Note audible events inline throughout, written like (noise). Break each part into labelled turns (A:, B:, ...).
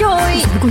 A: còn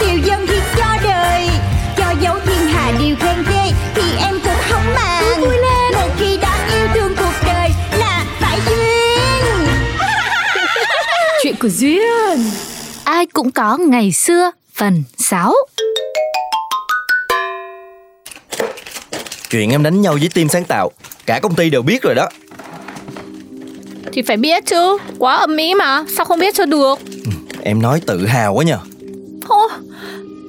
B: Điều dân thì cho đời Cho dấu thiên hà điều khen ghê Thì em cũng không màng vui lên Một khi đã yêu thương cuộc đời Là phải duyên
A: Chuyện của duyên
C: Ai cũng có ngày xưa phần 6
D: Chuyện em đánh nhau với team sáng tạo Cả công ty đều biết rồi đó
E: Thì phải biết chứ Quá ẩm mỹ mà Sao không biết cho được
D: Em nói tự hào quá nhờ
E: Ô,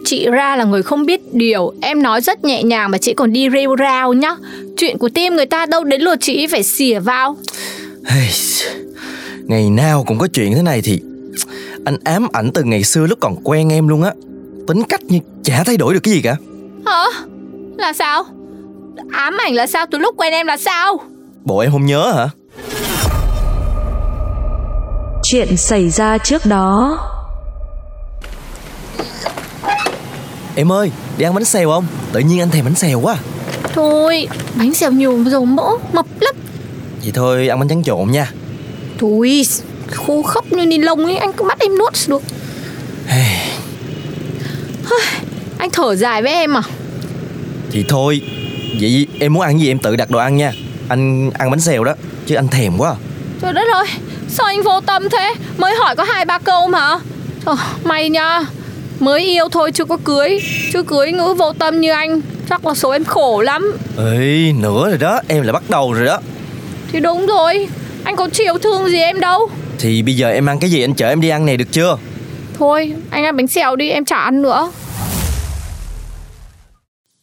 E: Chị ra là người không biết điều Em nói rất nhẹ nhàng mà chị còn đi rêu rao nhá Chuyện của team người ta đâu đến lượt chị phải xỉa vào
D: Hey, Ngày nào cũng có chuyện thế này thì Anh ám ảnh từ ngày xưa lúc còn quen em luôn á Tính cách như chả thay đổi được cái gì cả
E: Hả? Là sao? Ám ảnh là sao? Từ lúc quen em là sao?
D: Bộ em không nhớ hả
F: Chuyện xảy ra trước đó
D: Em ơi đi ăn bánh xèo không Tự nhiên anh thèm bánh xèo quá
E: Thôi, bánh xèo nhiều dầu mỡ, mập lắm
D: Vậy thôi ăn bánh tráng trộn nha
E: Thôi, khô khốc như ni lông ấy, anh cứ bắt em nuốt được
D: Hey,
E: Anh thở dài với em à?
D: Thì thôi Vậy em muốn ăn gì em tự đặt đồ ăn nha Anh ăn bánh xèo đó Chứ anh thèm quá à.
E: Trời đất ơi, sao anh vô tâm thế? Mới hỏi có hai ba câu mà Trời, may nha Mới yêu thôi chưa có cưới Chưa cưới ngữ vô tâm như anh Chắc là số em khổ lắm
D: Ê nữa rồi đó Em lại bắt đầu rồi đó
E: Thì đúng rồi Anh có chiều thương gì em đâu
D: Thì bây giờ em ăn cái gì anh chở em đi ăn này được chưa
E: Thôi, anh ăn bánh xèo đi, em chả ăn nữa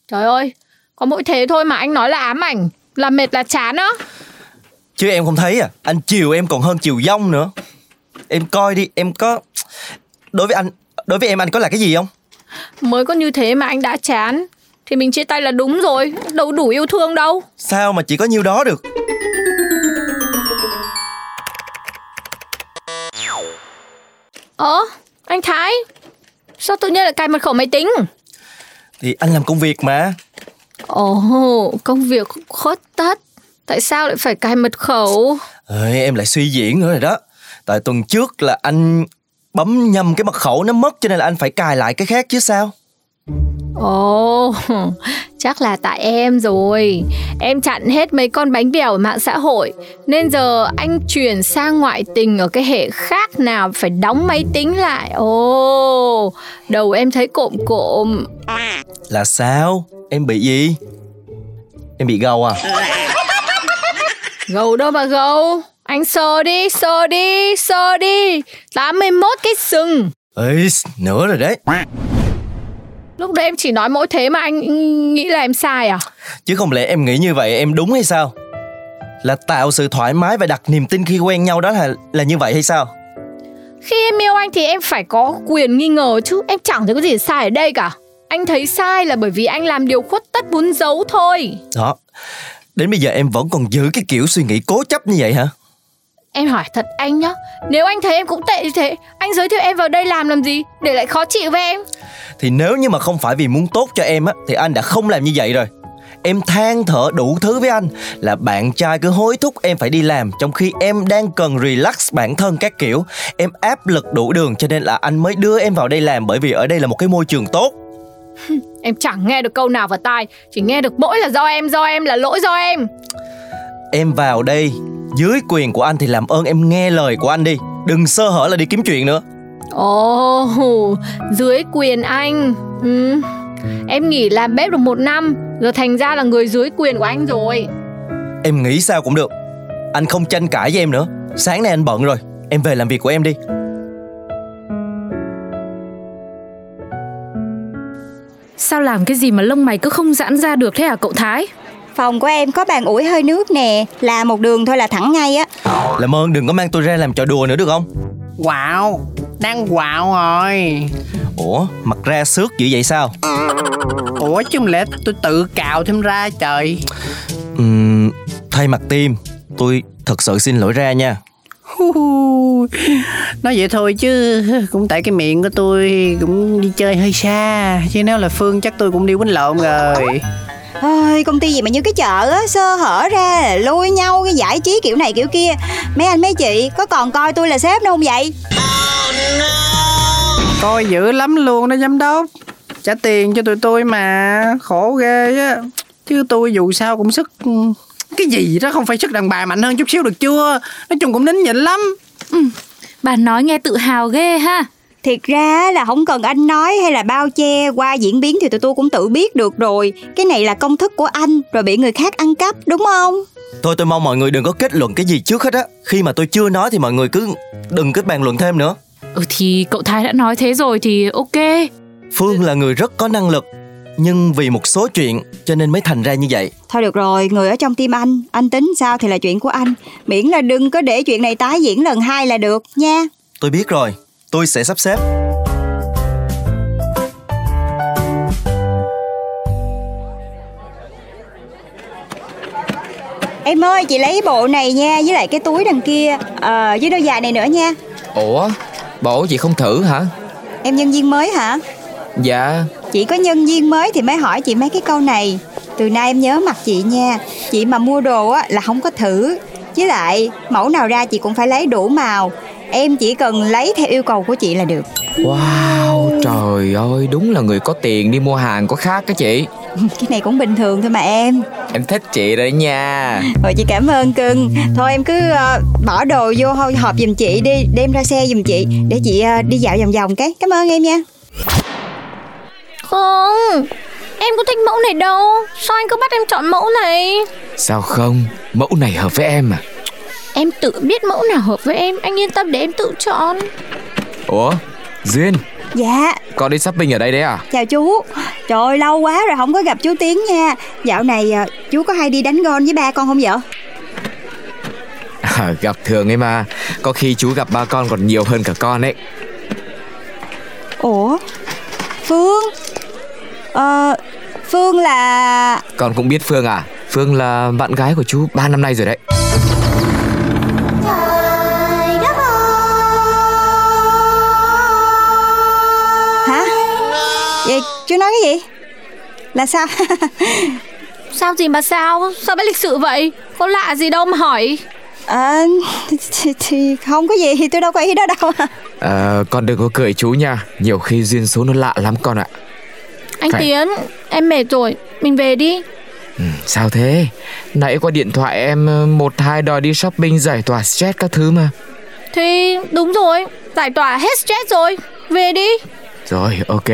E: Trời ơi, có mỗi thế thôi mà anh nói là ám ảnh Là mệt là chán á
D: Chứ em không thấy à Anh chiều em còn hơn chiều dông nữa Em coi đi em có Đối với anh Đối với em anh có là cái gì không
E: Mới có như thế mà anh đã chán Thì mình chia tay là đúng rồi Đâu đủ yêu thương đâu
D: Sao mà chỉ có nhiêu đó được
E: Ờ, anh Thái Sao tự nhiên lại cài mật khẩu máy tính
D: Thì anh làm công việc mà
E: Ồ, công việc khuất tất Tại sao lại phải cài mật khẩu
D: Ê, Em lại suy diễn nữa rồi đó Tại tuần trước là anh Bấm nhầm cái mật khẩu nó mất Cho nên là anh phải cài lại cái khác chứ sao
E: Ồ, chắc là tại em rồi Em chặn hết mấy con bánh bèo ở mạng xã hội Nên giờ anh chuyển sang ngoại tình ở cái hệ khác nào Phải đóng máy tính lại Ồ, đầu em thấy cộm cộm
D: Là sao Em bị gì Em bị gâu à
E: Gầu đâu mà gầu Anh sờ đi, sờ đi, sờ đi 81 cái sừng
D: Ê, Nữa rồi đấy
E: Lúc đấy em chỉ nói mỗi thế mà anh nghĩ là em sai à?
D: Chứ không lẽ em nghĩ như vậy em đúng hay sao Là tạo sự thoải mái và đặt niềm tin khi quen nhau đó là là như vậy hay sao
E: Khi em yêu anh thì em phải có quyền nghi ngờ chứ Em chẳng thấy có gì sai ở đây cả Anh thấy sai là bởi vì anh làm điều khuất tất muốn giấu thôi
D: Đó Đến bây giờ em vẫn còn giữ cái kiểu suy nghĩ cố chấp như vậy hả
E: Em hỏi thật anh nhá Nếu anh thấy em cũng tệ như thế Anh giới thiệu em vào đây làm làm gì Để lại khó chịu với em
D: Thì nếu như mà không phải vì muốn tốt cho em á Thì anh đã không làm như vậy rồi Em than thở đủ thứ với anh Là bạn trai cứ hối thúc em phải đi làm Trong khi em đang cần relax bản thân các kiểu Em áp lực đủ đường Cho nên là anh mới đưa em vào đây làm Bởi vì ở đây là một cái môi trường tốt
E: Em chẳng nghe được câu nào vào tai Chỉ nghe được mỗi là do em, do em là lỗi do em
D: Em vào đây Dưới quyền của anh thì làm ơn em nghe lời của anh đi Đừng sơ hở là đi kiếm chuyện nữa
E: Ồ, dưới quyền anh ừ. Em nghỉ làm bếp được một năm Giờ thành ra là người dưới quyền của anh rồi
D: Em nghĩ sao cũng được Anh không tranh cãi với em nữa Sáng nay anh bận rồi em về làm việc của em đi
C: Sao làm cái gì mà lông mày cứ không giãn ra được thế hả cậu Thái?
B: Phòng của em có bàn ủi hơi nước nè Là một đường thôi là thẳng ngay á
D: Làm ơn đừng có mang tôi ra làm trò đùa nữa được không
G: Wow, đang quạo rồi
D: Ủa mặt ra xước dữ vậy sao
G: Ủa chứ không lẽ tôi tự cạo thêm ra trời
D: Ừm, Thay mặt tim Tôi thật sự xin lỗi ra nha
G: Hu hu. Nói vậy thôi chứ Cũng tại cái miệng của tôi Cũng đi chơi hơi xa Chứ nếu là Phương chắc tôi cũng đi quýnh lộn rồi
B: Ôi, Công ty gì mà như cái chợ á Sơ hở ra là lôi nhau cái giải trí kiểu này kiểu kia Mấy anh mấy chị có còn coi tôi là sếp đâu không vậy
G: Coi dữ lắm luôn đó giám đốc Trả tiền cho tụi tôi mà Khổ ghê á Chứ tôi dù sao cũng sức Cái gì đó không phải sức đàn bà mạnh hơn chút xíu được chưa Nói chung cũng nín nhịn lắm
C: Bà nói nghe tự hào ghê ha.
B: Thiệt ra là không cần anh nói hay là bao che Qua diễn biến thì tụi tôi cũng tự biết được rồi Cái này là công thức của anh Rồi bị người khác ăn cắp đúng không
D: Thôi tôi mong mọi người đừng có kết luận cái gì trước hết á Khi mà tôi chưa nói thì mọi người cứ đừng có bàn luận thêm nữa
C: Ừ thì cậu Thái đã nói thế rồi thì ok.
D: Phương là người rất có năng lực Nhưng vì một số chuyện cho nên mới thành ra như vậy
B: Thôi được rồi, người ở trong tim anh, anh tính sao thì là chuyện của anh. Miễn là đừng có để chuyện này tái diễn lần hai là được nha.
D: Tôi biết rồi Tôi sẽ sắp xếp
B: Em ơi, chị lấy bộ này nha, với lại cái túi đằng kia, ờ, với đôi giày này nữa nha.
H: Ủa, bộ chị không thử hả?
B: Em nhân viên mới hả?
H: Dạ,
B: Chị có nhân viên mới thì mới hỏi chị mấy cái câu này. Từ nay em nhớ mặt chị nha, chị mà mua đồ á, là không có thử. Với lại, mẫu nào ra chị cũng phải lấy đủ màu. Em chỉ cần lấy theo yêu cầu của chị là được. (laughs)
H: wow, trời ơi, đúng là người có tiền đi mua hàng có khác á chị
B: Cái này cũng bình thường thôi mà em.
H: Em thích chị rồi nha
B: Rồi chị cảm ơn cưng Thôi em cứ ờ, bỏ đồ vô hô- hộp giùm chị đi Đem ra xe giùm chị Để chị ờ, đi dạo vòng vòng cái Cảm ơn em nha
E: Không Em có thích mẫu này đâu Sao anh cứ bắt em chọn mẫu này
H: Sao không, mẫu này hợp với em à
E: Em tự biết mẫu nào hợp với em Anh yên tâm để em tự chọn
H: Ủa, Duyên,
B: Dạ
H: con đi shopping ở đây đấy à?
B: chào chú Trời ơi, lâu quá rồi không có gặp chú Tiến nha Dạo này ờ, chú có hay đi đánh gôn với ba con không vậy
H: à? Gặp thường ấy mà, có khi chú gặp ba con còn nhiều hơn cả con ấy
B: Ủa Phương Ờ Phương là
H: Con cũng biết Phương à? Phương là bạn gái của chú 3 năm nay rồi đấy
B: Hả Vậy chú nói cái gì Là sao (laughs)
E: Sao gì mà sao Sao bất lịch sự vậy Có lạ gì đâu mà hỏi
B: Ờ thì, thì không có gì Tôi đâu có ý đó đâu (laughs)
H: Ờ, con đừng có cười chú nha Nhiều khi duyên số nó lạ lắm con ạ
E: Anh
H: Phải.
E: Tiến Em mệt rồi Mình về đi
H: Sao thế? Nãy qua điện thoại em ờ, một hai đòi đi shopping giải tỏa stress các thứ mà.
E: Thì đúng rồi Giải tỏa hết stress rồi Về đi
H: Rồi, ok.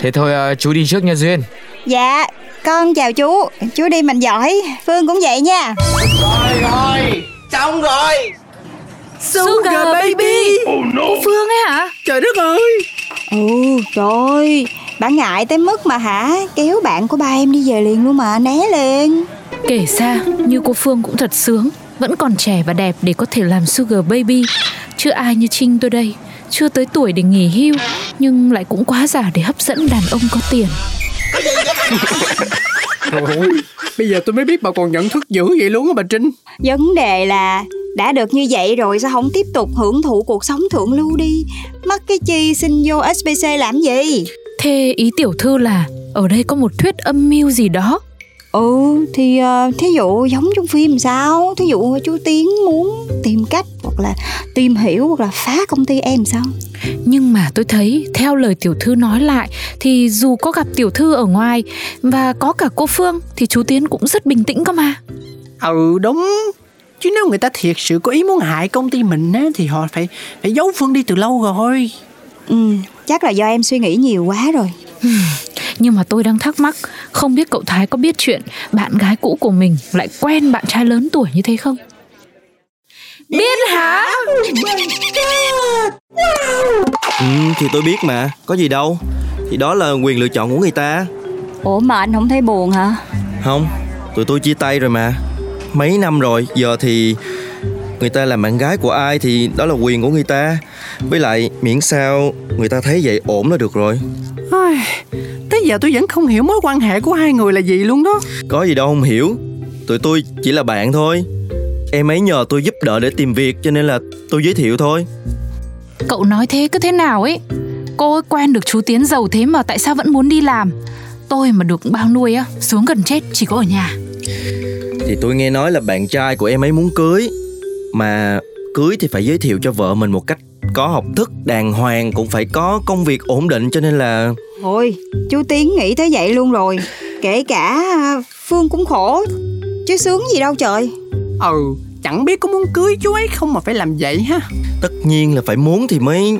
H: Thế thôi ờ, chú đi trước nha Duyên.
B: Dạ, con chào chú, chú đi mạnh giỏi, Phương cũng vậy nha.
C: Sugar baby. Cô Phương ấy hả?
G: Trời đất ơi
B: Ừ, trời ơi, bà ngại tới mức mà hả, kéo bạn của ba em đi về liền luôn mà, né liền.
C: Kể ra như cô Phương cũng thật sướng Vẫn còn trẻ và đẹp để có thể làm sugar baby Chưa ai như Trinh tôi đây Chưa tới tuổi để nghỉ hưu Nhưng lại cũng quá già để hấp dẫn đàn ông có tiền
G: Bây giờ tôi mới biết bà còn nhận thức dữ vậy luôn á bà Trinh
B: Vấn đề là đã được như vậy rồi sao không tiếp tục hưởng thụ cuộc sống thượng lưu đi Mắc cái chi xin vô SBC làm gì
C: Thế ý tiểu thư là Ở đây có một thuyết âm mưu gì đó
B: Ừ thì ờ, thí dụ giống trong phim sao Thí dụ chú Tiến muốn tìm cách hoặc là tìm hiểu hoặc là phá công ty em sao
C: Nhưng mà tôi thấy Theo lời tiểu thư nói lại Thì dù có gặp tiểu thư ở ngoài Và có cả cô Phương Thì chú Tiến cũng rất bình tĩnh cơ mà
G: Ừ đúng Chứ nếu người ta thiệt sự có ý muốn hại công ty mình á Thì họ phải phải giấu Phương đi từ lâu rồi
B: Ừ chắc là do em suy nghĩ nhiều quá rồi
C: Nhưng mà tôi đang thắc mắc Không biết cậu Thái có biết chuyện Bạn gái cũ của mình lại quen bạn trai lớn tuổi như thế không Biết hả?
D: Ừ, thì tôi biết mà, có gì đâu Thì đó là quyền lựa chọn của người ta
B: Ủa mà anh không thấy buồn hả?
D: Không, tụi tôi chia tay rồi mà Mấy năm rồi, giờ thì Người ta là bạn gái của ai thì đó là quyền của người ta Với lại miễn sao người ta thấy vậy ổn là được rồi
G: Ai, Tới giờ tôi vẫn không hiểu mối quan hệ của hai người là gì luôn đó
D: Có gì đâu không hiểu Tụi tôi chỉ là bạn thôi Em ấy nhờ tôi giúp đỡ để tìm việc cho nên là tôi giới thiệu thôi
C: Cậu nói thế cứ thế nào ấy Cô ấy quen được chú Tiến giàu thế mà tại sao vẫn muốn đi làm Tôi mà được bao nuôi á Xuống gần chết chỉ có ở nhà
D: Thì tôi nghe nói là bạn trai của em ấy muốn cưới Mà cưới thì phải giới thiệu cho vợ mình một cách có học thức đàng hoàng cũng phải có công việc ổn định cho nên là
B: Ôi, chú Tiến nghĩ tới vậy luôn rồi Kể cả à, Phương cũng khổ Chứ sướng gì đâu trời
G: Ừ Chẳng biết có muốn cưới chú ấy không mà phải làm vậy ha
D: tất nhiên là phải muốn thì mới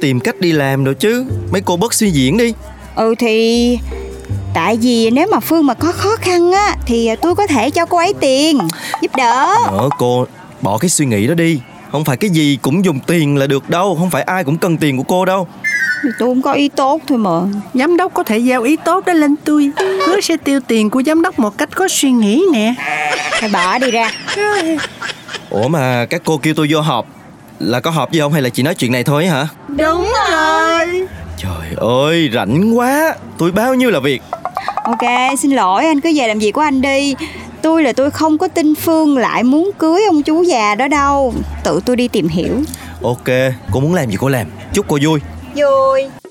D: tìm cách đi làm rồi chứ mấy cô bớt suy diễn đi
B: Ừ thì... Tại vì nếu mà Phương mà có khó khăn á Thì tôi có thể cho cô ấy tiền Giúp đỡ
D: Ờ cô bỏ cái suy nghĩ đó đi Không phải cái gì cũng dùng tiền là được đâu Không phải ai cũng cần tiền của cô đâu
B: Thì Tôi cũng có ý tốt thôi mà
G: Giám đốc có thể giao ý tốt đó lên tôi Hứa sẽ tiêu tiền của giám đốc một cách có suy nghĩ nè
B: Thôi bỏ đi ra
D: Ủa mà các cô kêu tôi vô họp Là có họp gì không hay là chỉ nói chuyện này thôi hả
B: Đúng rồi
D: Trời ơi rảnh quá Tôi bao nhiêu là việc
B: Ok, xin lỗi anh cứ về làm việc của anh đi Tôi là tôi không có tin Phương lại muốn cưới ông chú già đó đâu Tự tôi đi tìm hiểu
D: Ok cô muốn làm gì cô làm Chúc cô vui
B: Vui